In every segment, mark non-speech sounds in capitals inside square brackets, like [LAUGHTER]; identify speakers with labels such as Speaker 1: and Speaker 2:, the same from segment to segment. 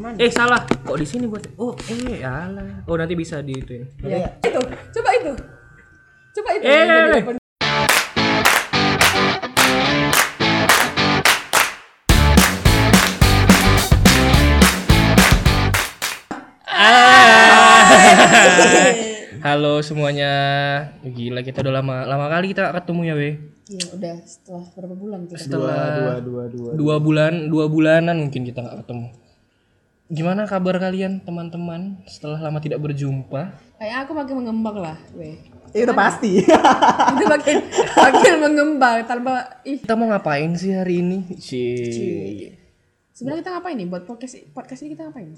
Speaker 1: mana?
Speaker 2: Eh salah. Kok di sini buat? Oh, eh alah. Oh, nanti bisa diituin.
Speaker 1: Ya.
Speaker 3: Itu, coba itu. Coba itu.
Speaker 2: Eh, eh,
Speaker 3: Jadi
Speaker 2: eh.
Speaker 3: open.
Speaker 2: [LAUGHS] Halo semuanya. Gila kita udah lama lama kali kita ketemu ya, weh.
Speaker 3: Iya, udah setelah berapa bulan kita?
Speaker 1: Dua, dua, dua, dua.
Speaker 2: Dua bulan, dua bulanan mungkin kita nggak ketemu. Gimana kabar kalian teman-teman setelah lama tidak berjumpa?
Speaker 3: Kayak aku makin mengembang lah, weh.
Speaker 1: Eh, udah pasti.
Speaker 3: [LAUGHS] Itu makin [LAUGHS] makin mengembang tanpa ih.
Speaker 2: Kita mau ngapain sih hari ini? Ci.
Speaker 3: Sebenarnya kita ngapain nih buat podcast podcast ini kita ngapain?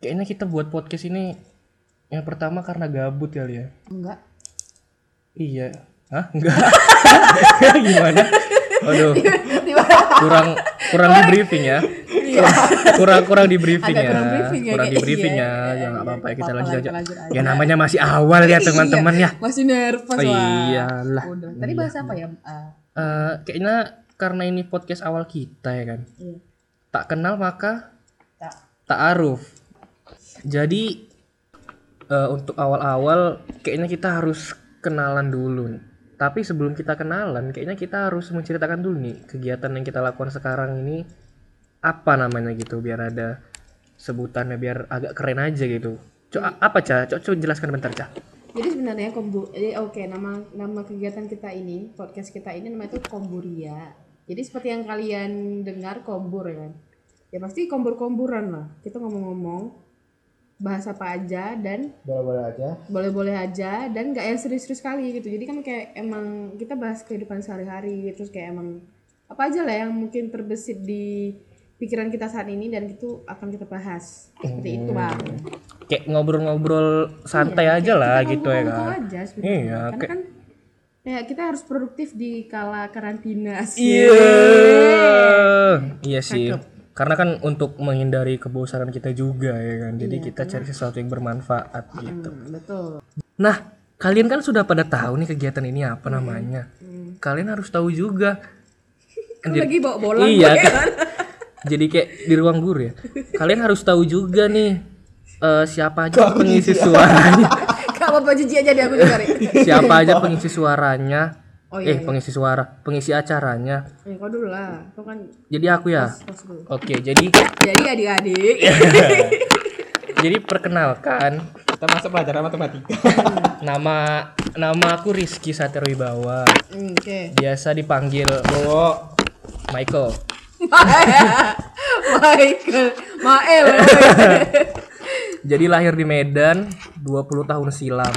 Speaker 2: Kayaknya kita buat podcast ini yang pertama karena gabut kali ya.
Speaker 3: Enggak.
Speaker 2: Iya. Hah? Enggak. [LAUGHS] Gimana? Aduh,
Speaker 3: Tiba-tiba
Speaker 2: kurang kurang di briefing ya. Kurang kurang di briefing
Speaker 3: Agak
Speaker 2: ya.
Speaker 3: kurang briefing ya,
Speaker 2: Kurang di
Speaker 3: kayak-
Speaker 2: briefing
Speaker 3: iya,
Speaker 2: ya. Ya enggak apa-apa ya, kita
Speaker 3: Apa-apa,
Speaker 2: lanjut aja.
Speaker 3: lanjut aja. Iya.
Speaker 2: Ya namanya masih awal ya teman-teman ya.
Speaker 3: masih nervous
Speaker 2: Oh,
Speaker 3: wah.
Speaker 2: Iyalah.
Speaker 3: Udah. Tadi bahas apa ya? Ah,
Speaker 2: Eh, kayaknya karena ini podcast awal kita ya kan.
Speaker 3: iya.
Speaker 2: Tak kenal maka
Speaker 3: Tak.
Speaker 2: ta'aruf. Jadi eh, untuk awal-awal kayaknya kita harus kenalan dulu. nih. Tapi sebelum kita kenalan, kayaknya kita harus menceritakan dulu nih kegiatan yang kita lakukan sekarang ini apa namanya gitu biar ada sebutannya biar agak keren aja gitu. Cok a- apa Ca? Cok cok jelaskan bentar Ca.
Speaker 3: Jadi sebenarnya kombu, eh, oke nama nama kegiatan kita ini podcast kita ini namanya itu komburia. Jadi seperti yang kalian dengar kombur ya kan, ya pasti kombur-komburan lah. Kita ngomong-ngomong bahasa apa aja dan
Speaker 1: Bola-bola aja.
Speaker 3: boleh-boleh aja dan nggak yang serius-serius kali gitu. Jadi kan kayak emang kita bahas kehidupan sehari-hari terus kayak emang apa aja lah yang mungkin terbesit di pikiran kita saat ini dan itu akan kita bahas seperti itu bang.
Speaker 2: Kayak ngobrol-ngobrol santai aja lah gitu ya kan.
Speaker 3: Iya, Ngomong-ngomong aja sebenarnya.
Speaker 2: Iya,
Speaker 3: Karena
Speaker 2: kayak-
Speaker 3: kan ya kita harus produktif di kala karantina sih.
Speaker 2: Iya. Iya sih. Karena kan untuk menghindari kebosanan kita juga ya kan. Jadi kita cari sesuatu yang bermanfaat gitu.
Speaker 3: Hmm, betul.
Speaker 2: Nah, kalian kan sudah pada tahu nih kegiatan ini apa namanya. Kalian harus tahu juga.
Speaker 3: Lu lagi bawa bola
Speaker 2: Kan iya.
Speaker 3: ya.
Speaker 2: Kak. Jadi kayak di ruang guru ya. Kalian harus tahu juga nih eh, siapa aja pengisi suaranya.
Speaker 3: [LAUGHS] Gak apa-apa jijik aja deh aku juga. Ri.
Speaker 2: siapa aja pengisi suaranya.
Speaker 3: Oh
Speaker 2: eh, pengisi suara, pengisi acaranya.
Speaker 3: Eh, kau dulu lah. Kau kan
Speaker 2: Jadi aku ya.
Speaker 3: host dulu.
Speaker 2: Oke, jadi
Speaker 3: Jadi adik-adik.
Speaker 2: Jadi perkenalkan
Speaker 1: Kita masuk pelajaran matematika.
Speaker 2: [LAUGHS] nama nama aku Rizky Satriwibawa.
Speaker 3: Hmm, Oke.
Speaker 2: Biasa dipanggil
Speaker 1: Oh,
Speaker 2: Michael.
Speaker 3: Maya. Michael. Mael.
Speaker 2: Jadi lahir di Medan 20 tahun silam.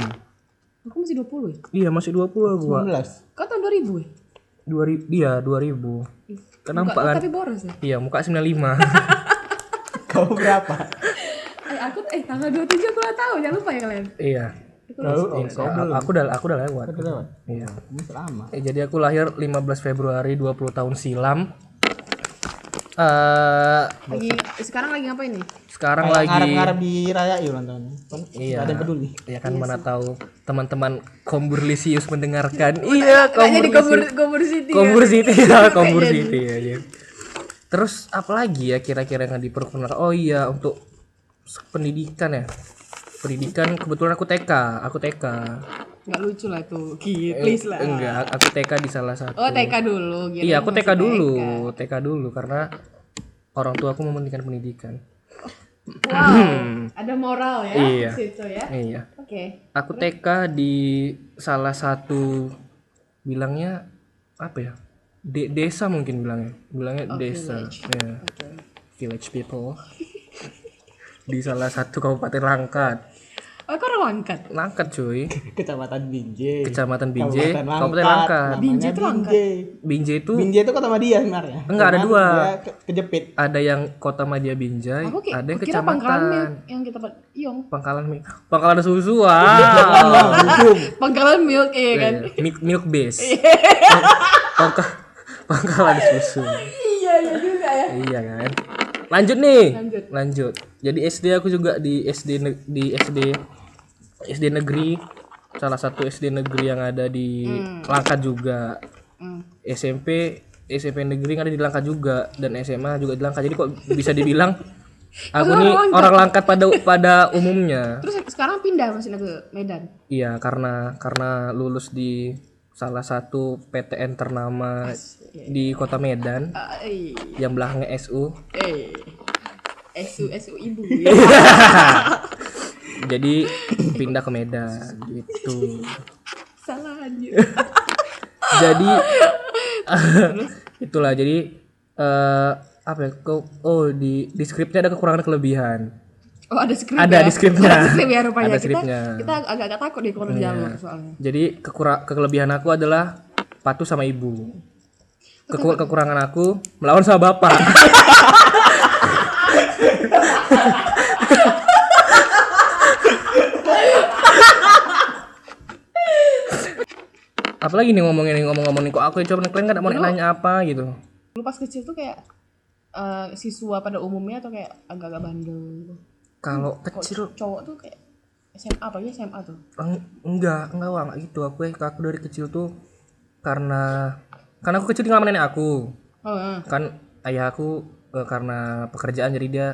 Speaker 3: Aku masih 20 ya?
Speaker 2: Iya, masih 20 gua.
Speaker 1: 19.
Speaker 3: Kau tahun 2000 ya?
Speaker 2: 2000 iya 2000. Kenapa
Speaker 3: Kau
Speaker 2: kan?
Speaker 3: tapi boros ya?
Speaker 2: Iya, muka 95.
Speaker 1: Kau berapa?
Speaker 3: Eh, aku eh tanggal 27 aku ulang tahun. Jangan lupa ya kalian.
Speaker 2: [LAUGHS] iya.
Speaker 1: Lalu oh,
Speaker 2: Iya, aku udah aku udah lewat.
Speaker 1: kau lewat.
Speaker 2: Iya.
Speaker 1: Ini selama.
Speaker 2: Eh, jadi aku lahir 15 Februari 20 tahun silam. Eh
Speaker 3: Lagi sekarang lagi ngapain nih?
Speaker 2: sekarang lagi
Speaker 1: Ngarep-ngarep dirayain ulang tahun. Kan
Speaker 2: Iya.
Speaker 1: nggak ada yang peduli.
Speaker 2: Ya kan mana tahu teman-teman Komburlisius mendengarkan. iya,
Speaker 3: Kayaknya di
Speaker 2: Komburlisius.
Speaker 3: Kombur- Kombur City. ya?
Speaker 2: Kombur City ya, Kombur City ya. iya. Terus apalagi ya kira-kira yang diperkenalkan? Oh iya, untuk s- pendidikan ya. Pendidikan kebetulan aku TK, aku TK.
Speaker 3: Nggak lucu lah tuh. Ki,
Speaker 1: Iya,
Speaker 3: please lah.
Speaker 2: Enggak, aku TK di salah satu.
Speaker 3: Oh, TK dulu gitu.
Speaker 2: Iya, aku TK dulu, TK dulu karena orang tua aku mementingkan pendidikan. [CLEARS THROAT]
Speaker 3: Wow. Ada moral ya
Speaker 2: Iya.
Speaker 3: situ ya.
Speaker 2: Iya.
Speaker 3: Oke.
Speaker 2: Aku TK di salah satu bilangnya apa ya? De- desa mungkin bilangnya. Bilangnya
Speaker 3: Oh,
Speaker 2: desa. Iya. Village people. di salah satu kabupaten Langkat.
Speaker 3: Oh, kok orang angkat?
Speaker 2: Langkat cuy.
Speaker 1: Kecamatan Binjai.
Speaker 2: Kecamatan Binjai,
Speaker 1: Kabupaten Langkat.
Speaker 2: Kabupaten Langkat.
Speaker 1: Binjai itu Binjai.
Speaker 2: Binjai itu
Speaker 1: Binjai itu kota Madia sebenarnya.
Speaker 2: Enggak, ada
Speaker 1: Cuman
Speaker 2: dua.
Speaker 1: dia ke- kejepit. [LAUGHS]
Speaker 2: ada yang Kota Madia Binjai,
Speaker 3: Aku kayak
Speaker 2: ada yang
Speaker 3: kira pangkalan
Speaker 2: kecamatan
Speaker 3: milk yang kita pa- Iyong.
Speaker 2: Pangkalan Mi- Pangkalan Susu.
Speaker 3: [LAUGHS]
Speaker 2: Wow.
Speaker 1: Langsung.
Speaker 3: Pangkalan milk iya kan.
Speaker 2: Iya, milk milk base. [LAUGHS] Pangka, pangkalan susu.
Speaker 3: Iya, iya juga ya.
Speaker 2: Iya kan. Lanjut nih.
Speaker 3: Lanjut.
Speaker 2: Jadi SD aku juga di SD ne- di SD SD negeri salah satu SD negeri yang ada di Langkat juga.
Speaker 3: Hmm. [LAUGHS]
Speaker 2: SMP SMP negeri yang ada di Langkat juga dan SMA juga di Langkat. Jadi kok bisa dibilang Aku
Speaker 3: Orang
Speaker 2: nih
Speaker 3: langkat.
Speaker 2: orang langkat pada pada umumnya.
Speaker 3: Terus sekarang pindah maksudnya ke Medan.
Speaker 2: Iya, karena karena lulus di salah satu PTN ternama di Kota Medan
Speaker 3: Eh,
Speaker 2: yang belakangnya SU.
Speaker 3: eh. SU SU
Speaker 2: [LAUGHS]
Speaker 3: ibu.
Speaker 2: Jadi pindah ke Medan gitu.
Speaker 3: Salah aja.
Speaker 2: Jadi [LAUGHS] itulah jadi eh apa ya? Kau- Oh, di di skripnya ada kekurangan kelebihan.
Speaker 3: Oh ada skrip
Speaker 2: Ada
Speaker 3: ya?
Speaker 2: di skripnya.
Speaker 3: Ada skrip ya rupanya.
Speaker 2: Ada Iya.
Speaker 3: kita,
Speaker 2: skripnya.
Speaker 3: kita agak-agak takut di corner jalur soalnya.
Speaker 2: Jadi kekura- kekelebihan aku adalah patuh sama ibu. Keku- kekurangan aku melawan sama bapak. Apalagi nih ngomongin ngomong-ngomongin kok aku coba kalian nggak mau nanya apa gitu.
Speaker 3: Lu pas kecil tuh kayak eh, siswa pada umumnya atau kayak agak-agak bandel gitu.
Speaker 2: Kalau kecil
Speaker 3: Cowok tuh kayak SMA apalagi SMA tuh.
Speaker 2: Eng- enggak enggak Wak, enggak gitu aku aku dari kecil tuh karena karena aku kecil tinggal sama nenek aku
Speaker 3: Oh, eh.
Speaker 2: kan ayah aku eh, karena pekerjaan jadi dia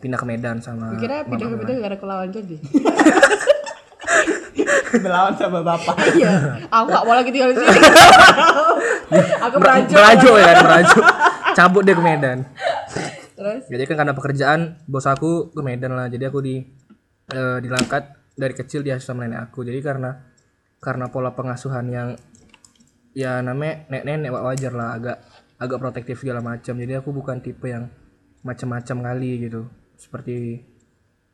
Speaker 2: pindah ke Medan sama
Speaker 3: Kira
Speaker 2: mama.
Speaker 3: pindah ke pindah gara-gara kelawan jadi.
Speaker 1: Melawan sama bapak.
Speaker 3: [LAUGHS] Iya. Aku gak mau lagi tinggal [LAUGHS] di sini. Aku
Speaker 2: Mer-
Speaker 3: merajuk.
Speaker 2: merajuk ya merajuk cabut dia ke Medan
Speaker 3: Terus
Speaker 2: jadi kan karena pekerjaan bos aku ke Medan lah jadi aku di eh, dilangkat dari kecil dia sama nenek aku jadi karena karena pola pengasuhan yang ya namanya nenek-nenek Wak, wajar lah agak agak protektif segala macam jadi aku bukan tipe yang macam-macam kali gitu seperti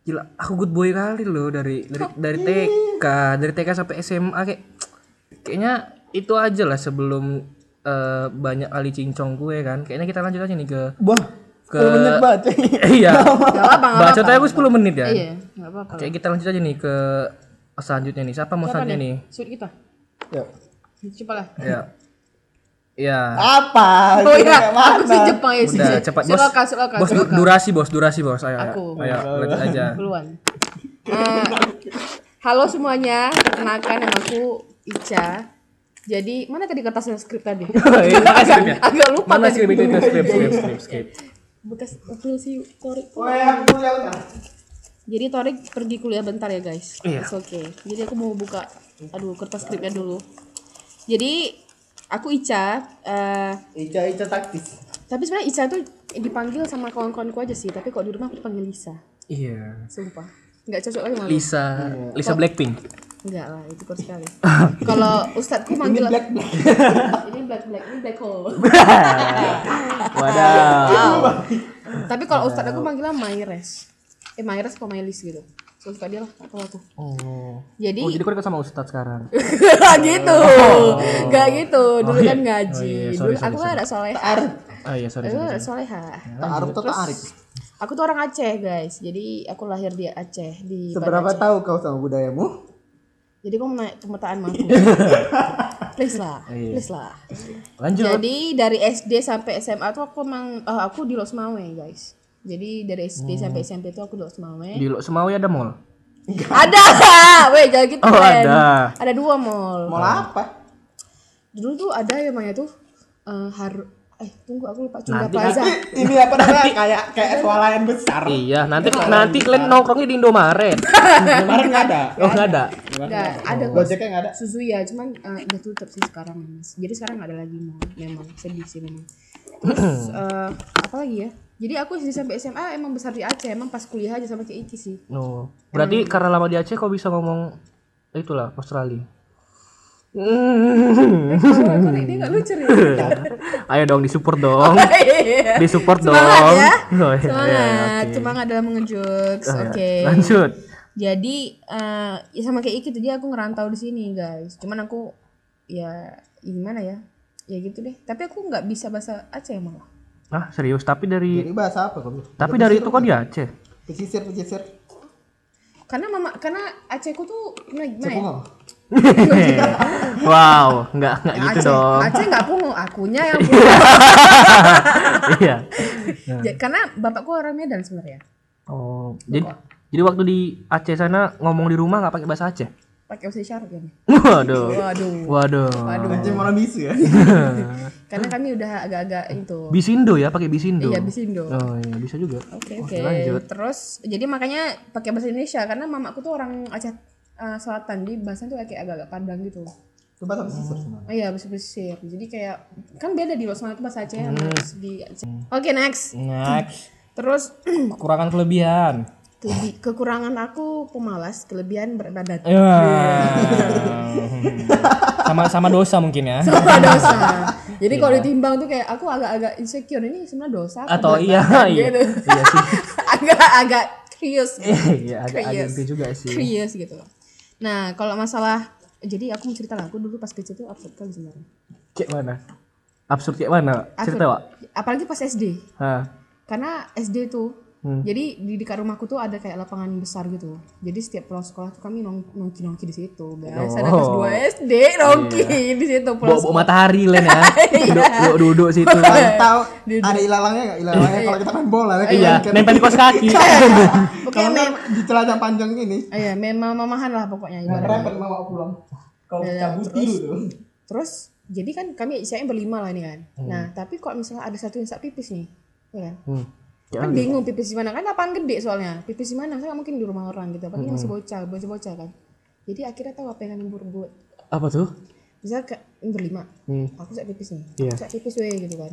Speaker 2: gila aku good boy kali loh dari dari dari TK dari TK sampai SMA kayak kayaknya itu aja lah sebelum eh, banyak kali cincong gue kan kayaknya kita lanjut aja nih ke
Speaker 1: Wah,
Speaker 2: Ke-
Speaker 1: ke banyak banget.
Speaker 2: [COUGHS] iya
Speaker 3: Gak apa-apa, gak
Speaker 2: baca
Speaker 3: apa-apa.
Speaker 2: aku 10 menit ya
Speaker 3: Iya, gak apa-apa.
Speaker 2: Oke kita lanjut aja nih ke selanjutnya nih siapa mau
Speaker 3: Siapa
Speaker 2: selanjutnya nih
Speaker 3: nih? Suit kita.
Speaker 1: Yuk.
Speaker 3: Coba lah.
Speaker 2: ya ya
Speaker 1: Apa?
Speaker 3: Oh
Speaker 1: Itu
Speaker 3: iya,
Speaker 1: kayak mana?
Speaker 3: aku si Jepang ya sih.
Speaker 2: udah cepat bos
Speaker 3: Silakan, silakan.
Speaker 2: bos du-
Speaker 3: silakan.
Speaker 2: durasi bos durasi bos ayo ayo,
Speaker 3: Aku.
Speaker 2: ayo lanjut
Speaker 3: [LAUGHS]
Speaker 2: aja [LAUGHS]
Speaker 3: Duluan. Eh, halo semuanya, perkenalkan nama aku Ica. Jadi, mana tadi kertas dan skrip
Speaker 2: [LAUGHS]
Speaker 3: tadi?
Speaker 2: Iya,
Speaker 3: agak, agak lupa
Speaker 2: mana
Speaker 3: tadi. Iya,
Speaker 2: skrip itu itu skrip skrip skrip skrip
Speaker 3: Bekas waktu si Torik.
Speaker 1: Oh iya, aku yang
Speaker 3: Jadi Torik pergi kuliah bentar ya, guys.
Speaker 2: Iya.
Speaker 3: It's okay. Jadi aku mau buka aduh kertas skripnya dulu. Jadi aku Ica eh,
Speaker 1: Ica Ica taktis.
Speaker 3: tapi sebenarnya Ica tuh dipanggil sama kawan-kawanku aja sih, tapi kok di rumah aku dipanggil Lisa.
Speaker 2: iya
Speaker 3: Sumpah. Nggak cocok lagi malu.
Speaker 2: Lisa Lisa Blackpink
Speaker 3: Enggak lah, itu kok
Speaker 1: [LAUGHS]
Speaker 3: sekali. Kalau ustadku
Speaker 1: Ini
Speaker 3: manggil
Speaker 1: black black.
Speaker 3: [LAUGHS] ini black black, ini black
Speaker 1: [LAUGHS]
Speaker 3: hole.
Speaker 2: wadah
Speaker 3: Wow. Tapi kalau ustad aku manggilnya Maires. Eh Maires apa Mailis gitu. So, suka dia lah kalau aku.
Speaker 2: oh
Speaker 3: Jadi
Speaker 2: Oh, jadi kau dekat sama Ustadz
Speaker 3: [LAUGHS]
Speaker 2: sekarang?
Speaker 3: Gak gitu. Gak gitu. Dulu
Speaker 2: Oh, iya.
Speaker 3: kan ngaji.
Speaker 2: Oh, iya, sorry,
Speaker 3: Dulu
Speaker 2: sorry,
Speaker 3: aku kan ada soleha.
Speaker 2: Oh iya, sorry,
Speaker 3: Aku
Speaker 2: sorry.
Speaker 3: ada soleha.
Speaker 1: Ta'aruf atau ta'arif?
Speaker 3: Aku tuh orang Aceh guys. Jadi aku lahir di Aceh di
Speaker 1: Seberapa
Speaker 3: Banda Aceh.
Speaker 1: tahu kau sama budayamu?
Speaker 3: Jadi kamu naik pemetaan
Speaker 2: [LAUGHS]
Speaker 3: aku. please lah,
Speaker 2: Iya.
Speaker 3: please lah.
Speaker 2: Lanjut.
Speaker 3: Jadi dari SD sampai SMA tuh aku emang eh, aku di Losmawe guys. Jadi dari
Speaker 2: Oh.
Speaker 3: SD sampai SMP tuh aku di Losmawe.
Speaker 2: Di Lok Semawi ada mall.
Speaker 3: Ada. [LAUGHS] Weh, jangan gitu.
Speaker 2: Oh,
Speaker 3: Ren.
Speaker 2: ada.
Speaker 3: Ada dua mall.
Speaker 1: Mau apa?
Speaker 3: Dulu tuh ada yang namanya tuh eh har eh tunggu aku lupa Cunda
Speaker 2: Nanti,
Speaker 3: Plaza.
Speaker 1: Ini apa namanya? Kayak kayak swalayan besar.
Speaker 2: Iya, nanti nanti kalian nongkrongnya di
Speaker 3: [LAUGHS]
Speaker 2: Indomaret.
Speaker 1: Kemarin nggak ada.
Speaker 2: Oh, enggak ada.
Speaker 3: Enggak, ada kok.
Speaker 1: Gojeknya nggak ada.
Speaker 3: Suzuya, cuman eh, udah tutup sih sekarang mas. Jadi sekarang nggak ada lagi mall, memang sedih sih memang.
Speaker 2: [CLEARS THROAT]
Speaker 3: Terus eh, apa lagi ya? Jadi aku SD sampai SMA emang besar di Aceh, emang pas kuliah aja sama kayak Iki
Speaker 2: [CLEARS THROAT]
Speaker 3: sih.
Speaker 2: No. Oh.
Speaker 3: Hmm.
Speaker 2: Berarti karena lama di Aceh kau bisa ngomong itulah Australia. [LAUGHS]
Speaker 3: Kok ini nggak lucu
Speaker 2: [CLEARS THROAT]
Speaker 3: [LAUGHS] ya?
Speaker 2: Ayo dong disupport
Speaker 3: [LAUGHS]
Speaker 2: dong. Disupport
Speaker 3: Iya. Semangat
Speaker 2: dong.
Speaker 3: ya.
Speaker 2: Oh, iya, iya,
Speaker 3: Semangat,
Speaker 2: oke.
Speaker 3: semangat dalam mengejut.
Speaker 2: Iya,
Speaker 3: Oke.
Speaker 2: Lanjut.
Speaker 3: Jadi eh, ya sama kayak Iki tuh dia aku ngerantau di sini guys. Cuman aku ya ya gimana ya? Ya gitu deh. Tapi aku nggak bisa bahasa Aceh malah.
Speaker 2: Ah, serius tapi dari
Speaker 1: Ini bahasa apa kamu?
Speaker 2: tapi dari itu kok di [LAUGHS] Aceh.
Speaker 1: Pesisir pesisir.
Speaker 3: Karena mama karena Acehku tuh gimana gimana ya?
Speaker 1: Cepung apa?
Speaker 2: wow, enggak enggak gitu
Speaker 3: Aceh,
Speaker 2: [LAUGHS] dong.
Speaker 3: Aceh nggak pungu, akunya
Speaker 2: [LAUGHS]
Speaker 3: yang pungu.
Speaker 2: Iya.
Speaker 3: Ja- Karena bapakku orang Medan sebenarnya.
Speaker 2: [LAUGHS] Oh, jadi jadi waktu di Aceh sana ngomong di rumah nggak pakai bahasa Aceh?
Speaker 3: pakai usai syarat kan?
Speaker 2: Waduh.
Speaker 3: Waduh.
Speaker 2: Waduh.
Speaker 3: Waduh.
Speaker 1: Macam orang bisu
Speaker 2: [LAUGHS]
Speaker 1: ya.
Speaker 3: Karena kami udah agak-agak itu.
Speaker 2: Bisindo ya pakai bisindo.
Speaker 3: Iya, Bisindo.
Speaker 2: Oh iya bisa juga.
Speaker 3: Oke,
Speaker 2: Oke,
Speaker 3: oke.
Speaker 2: lanjut.
Speaker 3: Terus jadi makanya pakai bahasa Indonesia karena mamaku tuh orang Aceh eh, Selatan, jadi bahasanya tuh kayak agak-agak Padang gitu.
Speaker 1: Coba sama sisir
Speaker 2: Eh,
Speaker 1: semua.
Speaker 3: Oh iya, bahasa pesisir. Jadi kayak kan beda di luar sana tuh bahasa Aceh
Speaker 2: Hmm.
Speaker 3: sama di Aceh. Oke, next.
Speaker 2: Next,
Speaker 3: Terus [CLEARS THROAT]
Speaker 2: kekurangan kelebihan.
Speaker 3: kebi- kekurangan aku pemalas, kelebihan
Speaker 2: [LAUGHS]
Speaker 3: beradat.
Speaker 2: Ya. sama sama dosa mungkin ya. [LAUGHS]
Speaker 3: Sama dosa. Jadi kalau ditimbang tuh kayak aku agak-agak insecure ini sebenarnya dosa apa
Speaker 2: Iya. Atau
Speaker 3: buat
Speaker 2: iya,
Speaker 3: badan
Speaker 2: iya.
Speaker 3: [LAUGHS] gitu.
Speaker 2: Iya sih.
Speaker 3: Agak-agag curious.
Speaker 2: [LAUGHS] Iya, agak agak
Speaker 3: Curious.
Speaker 2: itu juga sih.
Speaker 3: Curious gitu. Nah, kalau masalah jadi aku mau cerita lah, aku dulu pas kecil tuh absurd kali sebenarnya.
Speaker 2: Kayak mana? Absurd kayak mana? Cerita, Wak.
Speaker 3: Apalagi pas SD.
Speaker 2: Hah.
Speaker 3: Karena SD tuh
Speaker 2: Hmm.
Speaker 3: jadi di dekat rumahku tuh ada kayak lapangan besar gitu. Jadi setiap pulang sekolah tuh kami nong- nongki-nongki di situ, guys. Ada kelas
Speaker 2: Oh. Iya.
Speaker 3: 2 SD nongki di situ pulang
Speaker 2: Bawa, bawa matahari Len ya. Duduk, duduk, duduk situ.
Speaker 1: Paling tahu
Speaker 3: Duduk.
Speaker 1: ada ilalangnya nggak ilalangnya kalau kita main bola ya.
Speaker 2: iya,
Speaker 1: kayak-
Speaker 2: nempel di kos kaki.
Speaker 3: Pokoknya
Speaker 1: Kalau nggak
Speaker 3: mem-
Speaker 1: di celah yang panjang ini.
Speaker 3: ah, iya, memang mamahan lah pokoknya ibaratnya.
Speaker 1: Repot mau bawa pulang. Kalau
Speaker 3: Iya,
Speaker 1: cabut
Speaker 3: terus.
Speaker 1: dulu tuh.
Speaker 3: Terus jadi kan kami saya berlima lah ini kan. Nah, tapi kok misalnya ada satu yang sak pipis nih. Ya kan?
Speaker 2: Hmm.
Speaker 3: kan bingung pipis di mana kan lapangan gede soalnya pipis di mana saya mungkin di rumah orang gitu apalagi
Speaker 2: Hmm.
Speaker 3: masih bocah bocah bocah kan jadi akhirnya tahu apa yang kami buat
Speaker 2: Apa tuh?
Speaker 3: bisa ke berlima
Speaker 2: Hmm.
Speaker 3: aku saya pipis nih
Speaker 2: Iya. Hmm.
Speaker 3: aku saya pipis weh gitu kan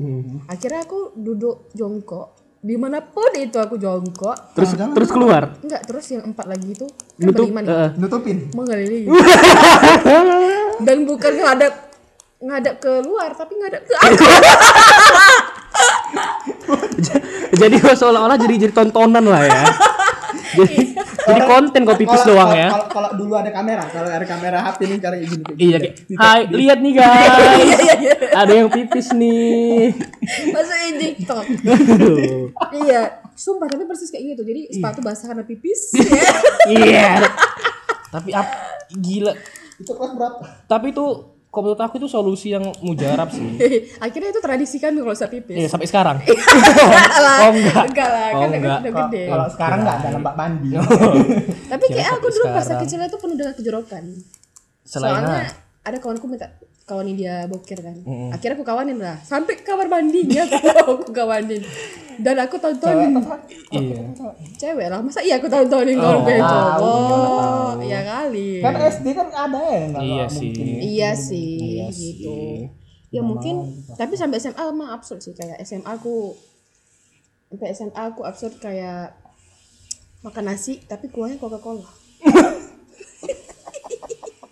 Speaker 3: akhirnya aku duduk jongkok dimanapun itu aku jongkok
Speaker 2: Terus terus keluar. [LAUGHS]
Speaker 3: enggak terus yang empat lagi itu kan
Speaker 2: Nutup.
Speaker 3: berlima nih
Speaker 2: eh,
Speaker 1: Nutupin.
Speaker 3: mengelilingi
Speaker 2: [LAUGHS]
Speaker 3: dan bukan ngadap ngadap keluar tapi ngadap ke aku
Speaker 2: J- jadi seolah-olah jadi jadi tontonan lah ya. jadi jadi konten kok pipis
Speaker 1: Kalau-
Speaker 2: doang
Speaker 1: kalau-
Speaker 2: ya.
Speaker 1: Kalau kalau dulu ada kamera, kalau ada kamera HP ini cara izin kayak
Speaker 2: Iya, kayak, hai, lihat nih
Speaker 3: Iya,
Speaker 2: guys. Ada yang pipis nih.
Speaker 3: masuk TikTok
Speaker 2: Aduh.
Speaker 3: iya sumpah tapi persis kayak gitu jadi sepatu basah karena pipis
Speaker 2: Iya. Tapi ap, gila.
Speaker 1: Itu kelas berapa?
Speaker 2: Tapi itu kalau menurut aku itu solusi yang mujarab sih.
Speaker 3: akhirnya itu tradisi kan kalau usah pipis [LAUGHS]
Speaker 2: Iya, sampai sekarang.
Speaker 3: oh
Speaker 2: enggak.
Speaker 3: enggak lah
Speaker 2: Oh,
Speaker 3: kan
Speaker 2: enggak.
Speaker 3: udah
Speaker 1: Kalau
Speaker 3: gede
Speaker 1: kalau sekarang nggak ada lembak mandi.
Speaker 3: tapi kayak
Speaker 2: Kira
Speaker 3: aku dulu masa
Speaker 2: sekarang.
Speaker 3: kecilnya tuh penuh dengan kejerokan
Speaker 2: Selain
Speaker 3: soalnya
Speaker 2: ah.
Speaker 3: ada kawanku minta kawanin dia bokir kan akhirnya aku kawanin lah sampai ke kamar mandinya [LAUGHS] aku, aku kawanin dan aku tonton
Speaker 2: Iya.
Speaker 3: cewek lah masa iya aku tontonin
Speaker 2: Oh,
Speaker 3: kalau punya cowok ya kali
Speaker 1: [LAUGHS] Kan SD kan ada ya. nggak-
Speaker 2: Iya
Speaker 1: nggak
Speaker 2: sih.
Speaker 1: mungkin.
Speaker 3: iya sih gitu
Speaker 2: Iya.
Speaker 3: ya mungkin tapi sampai SMA mah absurd sih kayak SMA aku sampai SMA aku absurd kayak makan nasi tapi kuahnya Coca Cola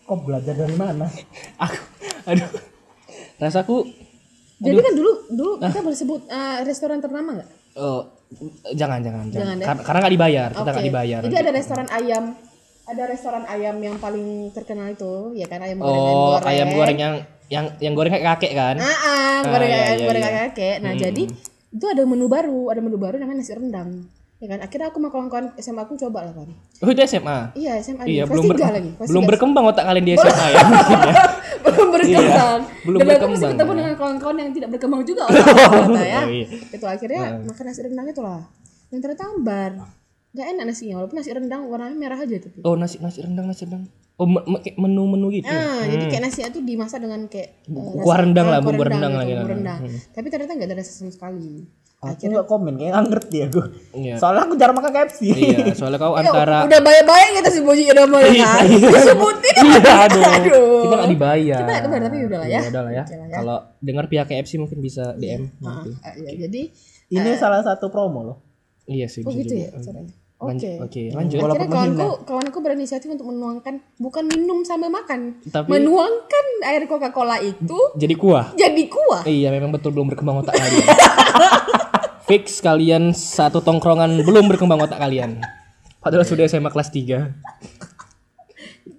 Speaker 1: Kok belajar dari mana?
Speaker 2: Aku aduh. Rasaku
Speaker 3: jadi kan dulu dulu kita boleh sebut eh, restoran ternama nggak
Speaker 2: eh, jangan jangan jangan.
Speaker 3: Jangan ya?
Speaker 2: Kar- karena nggak dibayar, kita
Speaker 3: Oke.
Speaker 2: nggak dibayar.
Speaker 3: Jadi ada restoran ayam, ada restoran ayam yang paling terkenal itu, ya kan ayam goreng ayam
Speaker 2: Oh,
Speaker 3: goreng.
Speaker 2: ayam goreng yang yang yang goreng kayak kakek kan?
Speaker 3: Ah, ah, goreng
Speaker 2: Ah, iya,
Speaker 3: ayam
Speaker 2: iya,
Speaker 3: goreng
Speaker 2: iya.
Speaker 3: kakek. Nah, jadi itu ada menu baru, ada menu baru namanya nasi rendang. Ya kan, akhirnya aku sama kawan-kawan SMA aku coba lah kan.
Speaker 2: Oh, itu SMA.
Speaker 3: Iya, SMA
Speaker 2: Iya,
Speaker 3: nih.
Speaker 2: belum
Speaker 3: kelas
Speaker 2: ber-
Speaker 3: tiga lagi. kelas
Speaker 2: belum
Speaker 3: tiga.
Speaker 2: berkembang otak kalian di SMA ya.
Speaker 3: belum berkembang.
Speaker 2: Iya, belum
Speaker 3: Dan aku masih
Speaker 2: berkembang,
Speaker 3: ketemu
Speaker 2: ya.
Speaker 3: dengan kawan-kawan yang tidak berkembang juga orang ternyata ya.
Speaker 2: Oh, [LAUGHS] iya.
Speaker 3: Itu akhirnya makan nasi rendang itulah. Dan ternyata ambar. Gak enak nasinya, walaupun nasi rendang warnanya merah aja Nah, tapi.
Speaker 2: Oh, nasi nasi rendang, nasi rendang. Oh, me- me- kayak menu-menu gitu.
Speaker 3: Ah, jadi kayak nasi itu dimasak dengan kayak eh,
Speaker 2: kuah
Speaker 3: nasi-
Speaker 2: rendang
Speaker 3: ah,
Speaker 2: lah,
Speaker 3: kuah
Speaker 2: bumbu rendang lah
Speaker 3: gitu,
Speaker 2: gitu.
Speaker 3: bumbu rendang. Tapi ternyata nggak ada rasa sama sekali.
Speaker 1: Aku nggak komen, kayak nggak ngerti aku.
Speaker 2: Iya.
Speaker 1: Soalnya aku jarang makan KFC.
Speaker 2: Iya, soalnya
Speaker 3: [LAUGHS]
Speaker 2: kau
Speaker 3: Yo,
Speaker 2: antara
Speaker 3: Ya, udah banyak-banyak kita sebutin udah mau
Speaker 2: Iya,
Speaker 3: ya.
Speaker 2: iya.
Speaker 3: Disebutin
Speaker 2: Iya, aduh.
Speaker 3: [LAUGHS] Aduh.
Speaker 2: Kita nggak dibayar.
Speaker 3: Kita nggak dibayar, tapi udah lah ya.
Speaker 2: Iya, udah lah ya.
Speaker 3: Oke lah ya.
Speaker 2: Kalau dengar pihak KFC mungkin bisa DM nanti.
Speaker 3: Ah, iya, jadi
Speaker 1: Ini salah satu promo loh.
Speaker 2: Iya sih,
Speaker 3: oh
Speaker 2: bisa
Speaker 3: gitu ya
Speaker 2: juga.
Speaker 3: caranya.
Speaker 2: Lanjut,
Speaker 3: Oke.
Speaker 2: Oke, lanjut.
Speaker 3: Akhirnya kawanku, kawanku berinisiatif untuk menuangkan bukan minum sambil makan,
Speaker 2: Tapi-
Speaker 3: menuangkan air Coca-Cola itu
Speaker 2: Jadi kuah.
Speaker 3: jadi kuah.
Speaker 2: Iya, memang betul belum berkembang otak
Speaker 3: [LAUGHS]
Speaker 2: kalian. Fix kalian satu tongkrongan belum berkembang otak kalian. Padahal sudah SMA kelas 3.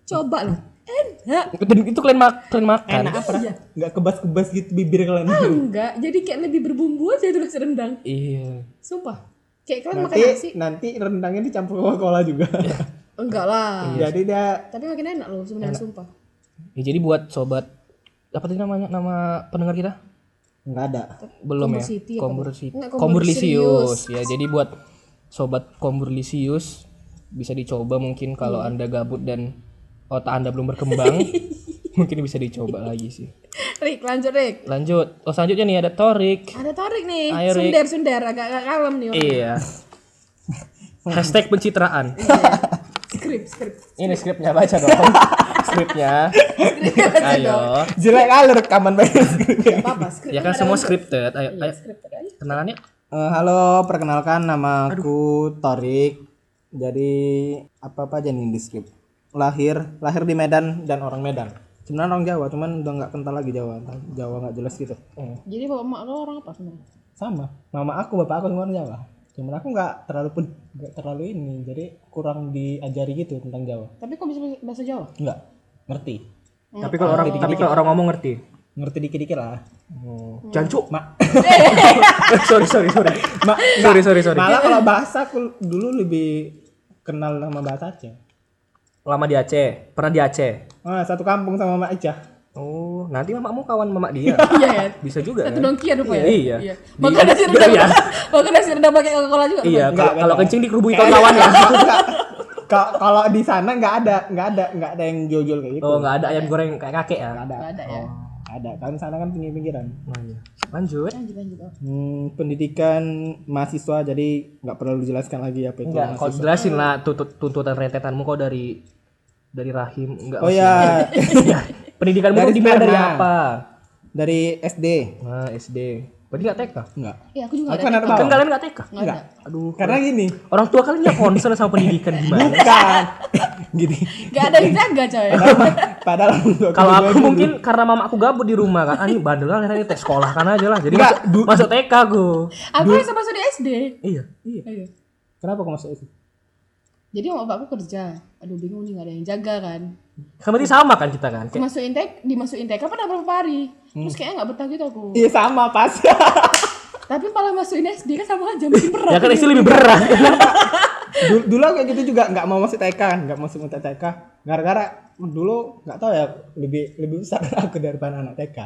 Speaker 3: Coba lah. Enak.
Speaker 2: Dan itu kalian, mak kalian makan.
Speaker 3: Iya.
Speaker 1: Nggak kebas-kebas gitu bibir kalian.
Speaker 3: Ah, enggak, jadi kayak lebih berbumbu aja itu nasi rendang.
Speaker 2: Iya.
Speaker 3: Sumpah. Kayak kalian makan
Speaker 1: Nanti
Speaker 3: nasi?
Speaker 1: nanti rendangnya dicampur Coca-Cola juga.
Speaker 3: Enggak lah.
Speaker 1: Jadi dia
Speaker 3: Tapi makin enak loh sebenarnya sumpah.
Speaker 2: Ya, jadi buat sobat apa tadi namanya nama pendengar kita?
Speaker 1: nggak ada.
Speaker 2: Belum ya.
Speaker 3: Kombursity apa?
Speaker 2: Kombursi-
Speaker 3: Enggak,
Speaker 2: Komburlisius. Ya, jadi buat
Speaker 3: Hmm.
Speaker 2: sobat Komburlisius bisa dicoba mungkin kalau Anda gabut dan otak anda belum
Speaker 3: [LAUGHS]
Speaker 2: berkembang mungkin bisa dicoba lagi sih
Speaker 3: Rik, lanjut Rik.
Speaker 2: lanjut oh selanjutnya nih ada torik
Speaker 3: Ada Torik nih.
Speaker 2: Ayo, Rik.
Speaker 3: sundar sundar agak agak kalem nih. orang. [LAUGHS]
Speaker 2: iya hashtag pencitraan
Speaker 3: Skrip skrip.
Speaker 2: ini skripnya baca
Speaker 3: [LAUGHS]
Speaker 2: dong skripnya ayo
Speaker 1: Jelek kali rekaman Eh, baik.
Speaker 3: Gak apa-apa skrip.
Speaker 2: ya kan semua scripted ayo ayo
Speaker 3: Iya.
Speaker 2: kenalannya
Speaker 1: Eh, halo, perkenalkan nama aku Torik. Jadi apa apa aja nih di script. Lahir, lahir di Medan dan orang Medan. Sebenarnya orang Jawa, cuman udah nggak kental lagi Jawa. Jawa nggak jelas gitu.
Speaker 3: Jadi bapak mak lo orang apa sebenarnya?
Speaker 1: Sama, mama aku, bapak aku semua orang Jawa. Cuman aku nggak terlalu ped, nggak terlalu ini, jadi kurang diajari gitu tentang Jawa.
Speaker 3: Tapi kok bisa bahasa Jawa?
Speaker 1: Nggak, ngerti,
Speaker 2: tapi kalau orang tapi kalau orang ngomong ngerti
Speaker 1: ngerti dikit-dikit lah. Oh.
Speaker 2: jancuk
Speaker 1: [LAUGHS] Mak,
Speaker 2: sorry sorry sorry
Speaker 1: mak,
Speaker 2: sorry sorry sorry
Speaker 1: malah kalau bahasa aku dulu lebih kenal sama bahasa Aceh.
Speaker 2: lama di Aceh pernah di Aceh
Speaker 1: Ah, satu kampung sama Mak Ijah.
Speaker 2: oh nanti mamamu kawan mama dia
Speaker 1: [LAUGHS]
Speaker 3: Iya ya.
Speaker 2: bisa juga
Speaker 3: Satu
Speaker 2: kan?
Speaker 3: dongki ya rupanya.
Speaker 2: Iya.
Speaker 3: Bahkan
Speaker 2: Di-
Speaker 3: ada sirna. [LAUGHS]
Speaker 2: Iya.
Speaker 3: Bahkan ada sirna pakai Coca-Cola juga.
Speaker 2: iya kalau
Speaker 1: Enggak, enggak.
Speaker 2: kalau kencing dikerubui kawan-kawan ya
Speaker 1: [LAUGHS] Enggak. Ka- kalau di sana nggak ada nggak ada nggak ada yang jojol kayak gitu
Speaker 2: oh nggak ada ayam goreng kayak kakek ya
Speaker 1: ada
Speaker 3: Gak ada ya.
Speaker 1: ada kan sana kan pinggir pinggiran
Speaker 2: Nah, iya. lanjut
Speaker 3: Lanjut lanjut. oh.
Speaker 1: hmm, pendidikan mahasiswa jadi nggak perlu dijelaskan lagi apa itu
Speaker 2: Enggak, kau
Speaker 1: mahasiswa.
Speaker 2: jelasin lah tuntut- tuntutan rentetanmu kok dari dari rahim enggak
Speaker 1: oh ya
Speaker 2: pendidikanmu
Speaker 1: Dari
Speaker 2: tuh dimulai iya. dari
Speaker 1: sana.
Speaker 2: apa
Speaker 1: [LAUGHS] dari SD
Speaker 2: nah SD berarti nggak TK
Speaker 1: nggak
Speaker 3: Iya aku juga
Speaker 1: aku
Speaker 3: ada.
Speaker 1: kan ada
Speaker 2: kan
Speaker 1: bawah
Speaker 2: kalian nggak TK
Speaker 1: nggak
Speaker 2: aduh
Speaker 1: karena gini
Speaker 2: orang tua kalian nggak concern sama pendidikan gimana
Speaker 1: bukan [LAUGHS] gini
Speaker 3: Gak ada yang jaga coy.
Speaker 1: padahal untuk
Speaker 2: kalau
Speaker 1: kedua
Speaker 2: aku
Speaker 1: dulu.
Speaker 2: mungkin karena mamaku gabut di rumah kan ah ini bandel lah ini tes sekolah kan aja lah jadi
Speaker 1: Nggak,
Speaker 2: masuk, masuk TK aku
Speaker 3: Aku yang sama di SD.
Speaker 2: iya iya
Speaker 3: Ayo.
Speaker 1: kenapa kau masuk itu
Speaker 3: Jadi sama bapakku kerja. Aduh bingung nih gak ada yang jaga kan.
Speaker 2: kan berarti sama kan kita kan kayak
Speaker 3: Dimasukin TK, dimasukin TK pernah berapa hari?
Speaker 2: Hmm.
Speaker 3: Terus kayaknya gak betah gitu aku.
Speaker 1: iya sama pas [LAUGHS]
Speaker 3: Tapi malah masukin SD kan sama aja masih berat.
Speaker 2: ya kan istri lebih berat
Speaker 1: dulu, dulu aku kayak gitu juga nggak mau masuk TK nggak masuk masuk TK gara-gara dulu nggak tahu ya lebih lebih besar [LAUGHS] aku daripada anak TK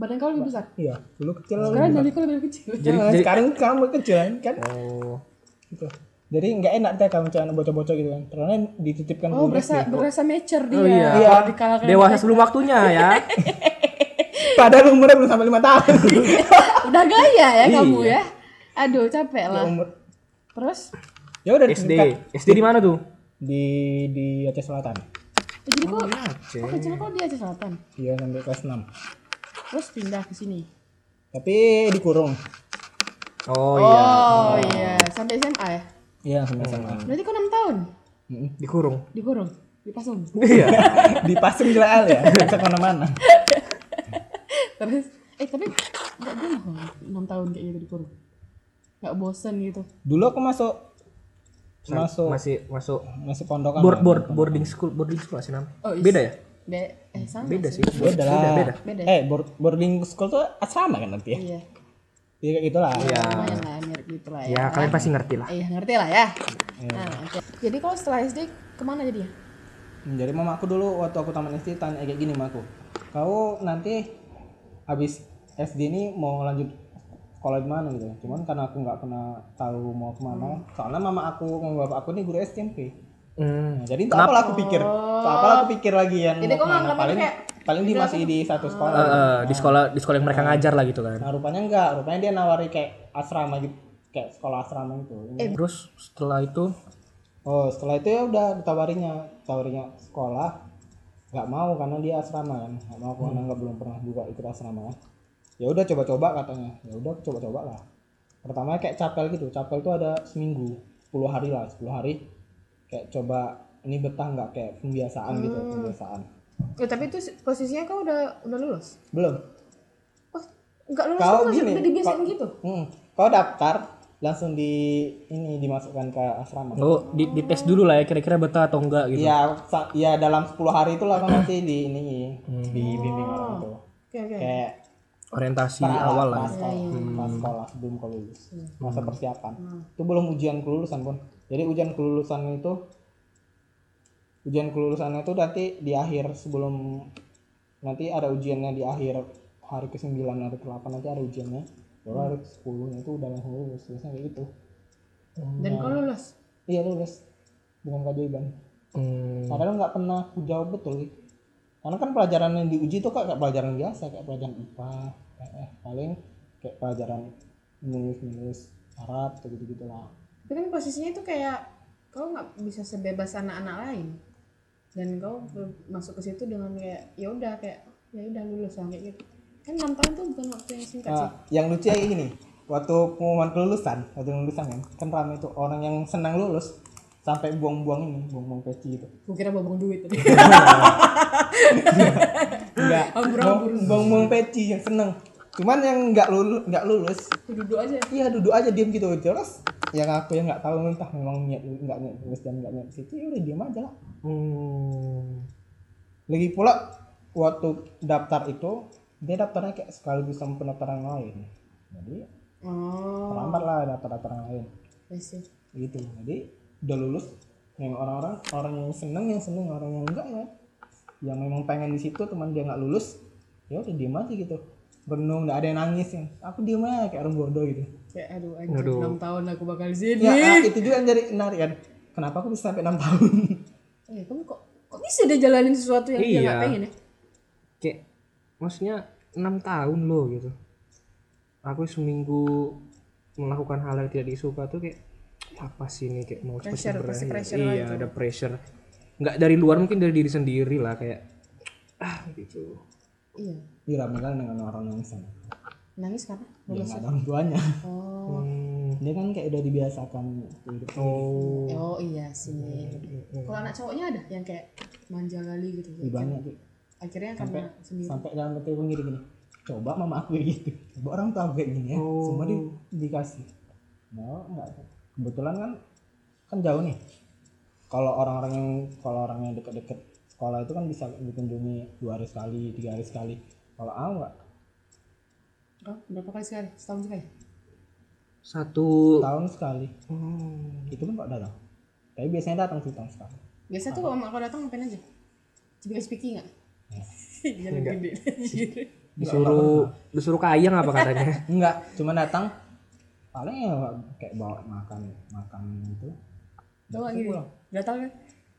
Speaker 3: Badan kau lebih besar.
Speaker 1: iya dulu kecil
Speaker 3: Sekarang
Speaker 2: iya.
Speaker 3: dari kau lebih kecil.
Speaker 1: jadi, sekarang kamu kecil kan, kan?
Speaker 2: [LAUGHS] oh
Speaker 1: Gitu. jadi nggak enak TK macam anak bocah-bocah gitu kan karena dititipkan
Speaker 3: Oh,
Speaker 1: ke
Speaker 3: berasa
Speaker 1: SD.
Speaker 3: berasa mature dia.
Speaker 2: Oh, iya.
Speaker 1: Iya.
Speaker 3: Kalau dikalahkan
Speaker 2: dewasa sebelum waktunya [LAUGHS] ya
Speaker 1: padahal umurnya belum sampai lima tahun [LAUGHS]
Speaker 3: udah gaya ya
Speaker 2: Iya.
Speaker 3: kamu ya. Aduh, capek
Speaker 1: Ya,
Speaker 3: lah.
Speaker 1: umur-
Speaker 3: Terus
Speaker 1: ya udah
Speaker 2: SD
Speaker 1: dititipkan
Speaker 2: SD di mana tuh
Speaker 1: di di Aceh Selatan
Speaker 3: eh, jadi kok kok kecil kok di Aceh Selatan.
Speaker 1: iya sampai kelas 6
Speaker 3: Terus pindah ke sini.
Speaker 1: tapi dikurung
Speaker 2: oh iya
Speaker 3: Oh, iya, sampai SMA ya.
Speaker 1: iya sampai sama
Speaker 3: Berarti kau 6 tahun
Speaker 2: dikurung
Speaker 3: digorong, dipasung.
Speaker 2: [LAUGHS] iya
Speaker 1: [LAUGHS] di pasung jelek al ya [LAUGHS] bisa kemana-mana
Speaker 3: Terus eh tapi enggak dulu kok 6 tahun kayak gitu digorong. Enggak bosen gitu.
Speaker 1: dulu aku masuk masuk
Speaker 2: masih masuk
Speaker 1: masih pondokan
Speaker 2: board board boarding school boarding school sih namanya
Speaker 3: Oh, is-
Speaker 2: beda ya
Speaker 3: Be eh sama.
Speaker 2: beda sih
Speaker 1: beda lah
Speaker 2: beda
Speaker 3: Beda.
Speaker 1: eh board- boarding school tuh asrama kan nanti ya
Speaker 3: Iya.
Speaker 1: ya kayak gitulah
Speaker 2: ya
Speaker 3: Lumayan lah mirip gitu lah
Speaker 2: ya
Speaker 3: ya.
Speaker 2: kalian pasti ngerti lah Iya.
Speaker 3: Iya, ngerti lah ya. Nah, oke. Jadi kalau setelah SD kemana jadi ya?
Speaker 1: Hmm, Jadi mama aku dulu waktu aku taman SD tanya kayak gini sama aku. Kau nanti habis SD ini mau lanjut sekolah di mana gitu. Cuman karena aku nggak pernah tahu mau
Speaker 3: Hmm.
Speaker 1: kemana. Soalnya mama aku sama bapak aku ini guru SMP.
Speaker 2: hmm.
Speaker 1: Nah, jadi entah apalah aku pikir. Entah apalah aku pikir lagi yang
Speaker 3: Jadi
Speaker 1: mau
Speaker 3: kok nggak
Speaker 1: kemana.
Speaker 3: ngerti
Speaker 1: Paling
Speaker 3: kayak- Ah.
Speaker 1: paling di masih di satu
Speaker 2: Eh,
Speaker 1: sekolah.
Speaker 2: eh, di sekolah di sekolah yang mereka ngajar lah gitu kan
Speaker 1: Nah rupanya enggak. Rupanya dia nawari kayak asrama gitu. Kayak sekolah asrama gitu.
Speaker 2: terus setelah itu
Speaker 1: Oh setelah itu ya udah ditawarinya, tawarinya sekolah nggak mau karena dia asrama kan, nggak mau karena nggak belum pernah juga ikut asrama kan. Ya udah coba-coba katanya, ya udah coba-coba lah. Pertama kayak capel gitu, capel tuh ada seminggu, 10 hari lah, 10 hari kayak coba ini betah nggak kayak pembiasaan gitu, pembiasaan.
Speaker 3: Oh, tapi itu posisinya kau udah udah lulus?
Speaker 1: Belum.
Speaker 3: Oh, enggak lulus
Speaker 1: Kau
Speaker 3: kau masih
Speaker 1: gini,
Speaker 3: udah dibiasain
Speaker 1: kau-
Speaker 3: gitu.
Speaker 1: Hmm, kau daftar langsung di ini dimasukkan ke asrama.
Speaker 2: oh di, dites dulu lah ya kira-kira betah atau enggak gitu
Speaker 1: Iya, sa- ya dalam 10 hari itulah kan nanti di ini dibimbing orang tuh.
Speaker 3: Oke, oke.
Speaker 1: Kayak
Speaker 2: orientasi
Speaker 1: pra-
Speaker 2: awal lah Hmm.
Speaker 1: pra sekolah, pra sekolah sebelum kau lulus. Masa persiapan. Itu belum ujian kelulusan pun. Jadi ujian kelulusan itu ujian kelulusannya itu nanti di akhir sebelum nanti ada ujiannya di akhir hari ke-9 hari ke-8 nanti ada ujiannya. Baru hari ke-10 itu udah langsung lulus. Biasanya kayak gitu.
Speaker 3: Dan kau lulus.
Speaker 1: Iya lulus dengan keajaiban.
Speaker 2: Hmm.
Speaker 1: Padahal nggak pernah aku jawab betul. Karena kan pelajaran yang diuji itu kayak kayak pelajaran biasa, kayak pelajaran IPA, kayak eh, paling kayak pelajaran menulis-menulis Arab gitu gitu lah.
Speaker 3: Tapi kan posisinya itu kayak kau nggak bisa sebebas anak-anak lain. Dan kau ber- masuk ke situ dengan kayak ya udah kayak ya udah lulus lah kayak gitu. Kan 6 tahun tuh bukan waktu yang singkat Iya sih.
Speaker 1: Nah, yang lucu ya ini, waktu pengumuman kelulusan, waktu lulusan kan, kan rame itu orang yang senang lulus sampai buang-buang ini, buang-buang peci gitu.
Speaker 3: Gue kira bobong duit
Speaker 1: [LAUGHS]
Speaker 3: tadi.
Speaker 1: Enggak,
Speaker 3: Ambur-ambur.
Speaker 1: buang- buang-buang peci yang senang. Cuman yang nggak lulus, nggak lulus,
Speaker 3: Aku duduk aja.
Speaker 1: iya duduk aja diem gitu terus yang aku yang nggak tahu entah memang niat nggak niat lulus dan nggak niat situ ya udah diem aja lah
Speaker 2: Hmm.
Speaker 1: lagi pula waktu daftar itu dia daftarnya kayak sekaligus sama pendaftaran lain jadi
Speaker 3: Oh.
Speaker 1: terlambat lah daftar-daftar yang lain
Speaker 3: ya sih.
Speaker 1: gitu jadi udah lulus yang orang-orang orang yang seneng yang seneng orang yang enggak ya yang memang pengen di situ teman dia nggak lulus ya udah diem aja gitu renung nggak ada yang nangis ya aku diem aja kayak orang bodoh gitu
Speaker 3: Kayak aduh anjir
Speaker 2: Aduh.
Speaker 3: 6 tahun aku bakal di sini.
Speaker 1: ya nah, itu juga yang jadi menarik kan kenapa aku bisa sampai 6 tahun [LAUGHS]
Speaker 3: Eh, kamu kok kok bisa dia jalanin sesuatu yang dia
Speaker 2: Iya.
Speaker 3: nggak pengen ya?
Speaker 2: kayak maksudnya enam tahun loh gitu aku seminggu melakukan hal yang tidak disuka tuh kayak apa sih ini kayak mau
Speaker 3: Pressure,
Speaker 2: cepet
Speaker 3: pasti
Speaker 2: berakhir
Speaker 3: pressure lah
Speaker 2: iya
Speaker 3: itu.
Speaker 2: ada pressure nggak dari luar mungkin dari diri sendiri lah kayak ah gitu
Speaker 3: Iya.
Speaker 1: Ih, rame kan dengan orang nangis sana
Speaker 3: Nangis karena
Speaker 1: dia
Speaker 3: lulus.
Speaker 1: nggak ada orang tuanya
Speaker 3: Oh.
Speaker 2: Hmm.
Speaker 1: dia kan kayak udah dibiasakan gitu, hidup sendiri.
Speaker 2: oh
Speaker 3: Oh iya sih.
Speaker 2: Hmm,
Speaker 3: Kalau anak cowoknya ada yang kayak manja kali gitu.
Speaker 1: Ih, banyak gitu.
Speaker 3: Akhirnya
Speaker 1: Sampai-
Speaker 3: karena sendiri.
Speaker 1: sampai dalam hati aku gini gini coba mama aku kayak gitu coba orang tua aku kayak gini ya
Speaker 2: Oh.
Speaker 1: semua di, dikasih no enggak kebetulan kan kan jauh nih kalau orang-orang yang kalau orang yang deket-deket sekolah itu kan bisa dikunjungi dua hari sekali tiga hari sekali kalau aku nggak
Speaker 3: Oh, berapa kali sekali? Setahun sekali.
Speaker 2: satu
Speaker 1: tahun sekali
Speaker 2: Hmm.
Speaker 1: itu kan kok datang tapi biasanya datang sih tahun sekali
Speaker 3: Biasa tuh kalau mak kau datang ngapain aja? Cipika cipiki nggak? [LAUGHS] Jalan
Speaker 2: Nggak.
Speaker 3: gede. anjir.
Speaker 2: disuruh disuruh kayang apa katanya
Speaker 1: enggak cuma datang paling ya kayak bawa makan makan gitu
Speaker 3: Tahu nggak
Speaker 1: Itu
Speaker 3: gini?
Speaker 1: pulang.
Speaker 3: Gatal kan?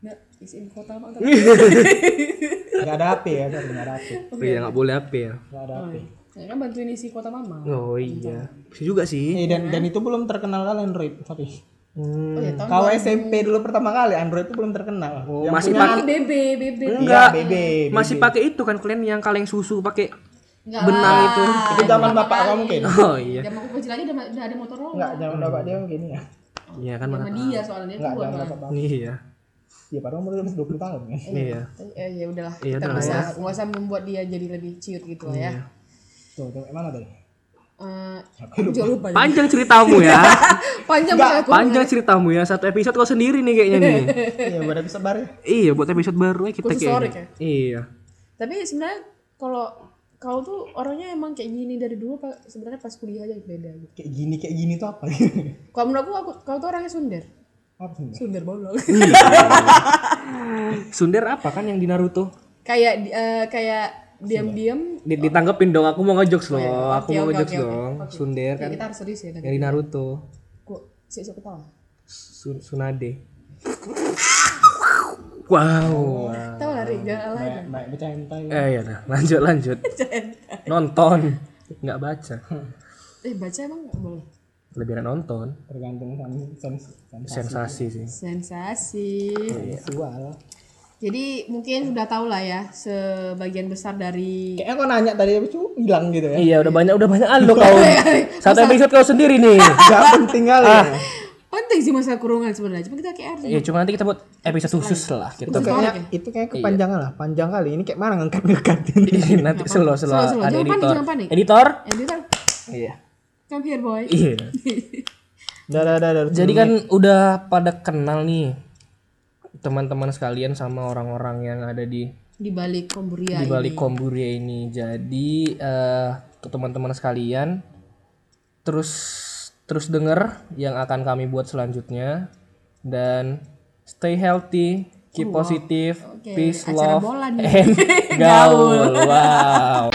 Speaker 3: Nggak. Isiin kota mak. tau.
Speaker 1: nggak ada api ya kan nggak ada api
Speaker 2: [LAUGHS] iya nggak boleh apa ya
Speaker 1: nggak ada api
Speaker 3: Ya kan bantuin isi kota mama.
Speaker 2: oh iya bisa juga sih
Speaker 1: Eh, dan, dan itu belum terkenal kali Android, sorry.
Speaker 2: Hmm.
Speaker 3: Oh ya tahun
Speaker 1: Kalau SMP dulu pertama kali Android itu belum terkenal.
Speaker 2: Oh,
Speaker 1: Yang
Speaker 2: masih
Speaker 1: punya-
Speaker 2: pakai
Speaker 3: Ini BB, BB.
Speaker 1: Iya,
Speaker 2: enggak
Speaker 1: BB.
Speaker 2: masih pakai itu kan kalian yang kaleng susu pakai
Speaker 3: Enggak
Speaker 2: Benang
Speaker 3: lah.
Speaker 2: itu.
Speaker 1: Itu zaman bapak kamu
Speaker 3: [LAUGHS]
Speaker 1: mungkin.
Speaker 2: oh iya
Speaker 3: Zaman aku kecil aja udah, udah ada Motorola.
Speaker 1: Enggak, zaman
Speaker 2: Hmm.
Speaker 1: bapak dia mungkin ya.
Speaker 2: iya kan
Speaker 3: Sama
Speaker 2: mana
Speaker 3: dia ya soalnya kan. dia
Speaker 1: Enggak,
Speaker 3: tua
Speaker 1: zaman
Speaker 3: banget.
Speaker 1: bapak kamu.
Speaker 2: iya
Speaker 1: Ya padahal umurnya masih 20 tahun kan.
Speaker 2: iya
Speaker 3: Eh, ya udahlah
Speaker 2: Iya,
Speaker 3: kita
Speaker 2: udah lah
Speaker 3: nggak
Speaker 2: Iya.
Speaker 3: usah nggak usah membuat dia jadi lebih ciut gitu lah ya
Speaker 1: Tuh, tuh mana
Speaker 2: [LAUGHS]
Speaker 1: tadi?
Speaker 3: Eh,
Speaker 1: Aku lupa.
Speaker 3: jauh lupa
Speaker 2: panjang ceritamu ya
Speaker 3: panjang banget aku
Speaker 2: panjang ceritamu ya satu episode kau sendiri nih kayaknya nih Ya,
Speaker 1: Iya, baru bisa baru.
Speaker 2: iya buat episode baru ya kita
Speaker 3: Khusus
Speaker 2: kayaknya
Speaker 3: Sorik ya?
Speaker 2: iya
Speaker 3: tapi sebenarnya kalau kau tuh orangnya emang kayak gini dari dulu apa sebenarnya pas kuliah aja beda gitu
Speaker 1: Kayak gini, kayak gini tuh apa? [LAUGHS]
Speaker 3: kalau menurut aku, aku kau tuh orangnya sundar
Speaker 1: apa sih? Mbak?
Speaker 3: sundar bolong
Speaker 2: Sunder apa kan yang di Naruto
Speaker 3: [LAUGHS] kayak di- eh, kayak diam-diam
Speaker 2: Di- ditanggepin dong aku mau ngejokes loh
Speaker 3: Oh, iya.
Speaker 2: aku
Speaker 3: Oke,
Speaker 2: mau
Speaker 3: oke,
Speaker 2: ngejokes
Speaker 3: oke, oke.
Speaker 2: dong
Speaker 3: Oke.
Speaker 2: Sunder
Speaker 3: ya,
Speaker 2: kan
Speaker 3: kita harus serius ya
Speaker 2: yang
Speaker 3: nanti
Speaker 2: di Naruto
Speaker 3: aku sih sih ketawa
Speaker 2: Su- Tsunade wow
Speaker 3: tahu lah Rik jangan alay
Speaker 1: Banyak banyak bercanda. ya.
Speaker 2: eh ya dah lanjut
Speaker 3: [LAUGHS]
Speaker 2: lanjut nonton nggak baca
Speaker 3: eh baca emang nggak boleh
Speaker 2: lebih enak nonton
Speaker 1: Tergantung sama sens sens-
Speaker 2: sensasi sih
Speaker 3: sensasi
Speaker 1: Iya. sensual.
Speaker 3: Jadi mungkin sudah tahu lah ya sebagian besar dari
Speaker 1: Kayaknya kok nanya tadi habis itu hilang gitu [LAUGHS] ya.
Speaker 2: iya udah banyak udah banyak
Speaker 3: [LAUGHS]
Speaker 2: lo kau
Speaker 3: Iya.
Speaker 2: satu episode kau sendiri nih
Speaker 1: Enggak penting kali. ya.
Speaker 3: penting sih masa kurungan sebenarnya. Cuma kita kayak harus
Speaker 2: ya cuma nanti kita buat episode khusus lah gitu. kita
Speaker 1: Itu kayaknya itu kayak kepanjangan lah, panjang kali. Ini kayak mana ngangkat-ngangkat ini.
Speaker 2: [LAUGHS] nanti slow slow
Speaker 3: Slow, slow.
Speaker 2: ada
Speaker 3: Jangan panik,
Speaker 2: editor
Speaker 3: jangan panik.
Speaker 2: editor
Speaker 3: editor
Speaker 2: iya
Speaker 3: come here boy.
Speaker 2: iya
Speaker 1: Dah, dah, dah, dah.
Speaker 2: jadi kan udah pada kenal nih teman-teman sekalian sama orang-orang yang ada di
Speaker 3: Di balik komburia
Speaker 2: di
Speaker 3: ini.
Speaker 2: balik Komburia ini. Jadi eh ke teman-teman sekalian terus terus denger yang akan kami buat selanjutnya dan stay healthy, keep positive,
Speaker 3: Oke,
Speaker 2: peace,
Speaker 3: acara [LAUGHS]
Speaker 2: love,
Speaker 3: bola nih.
Speaker 2: and gaul. Wow.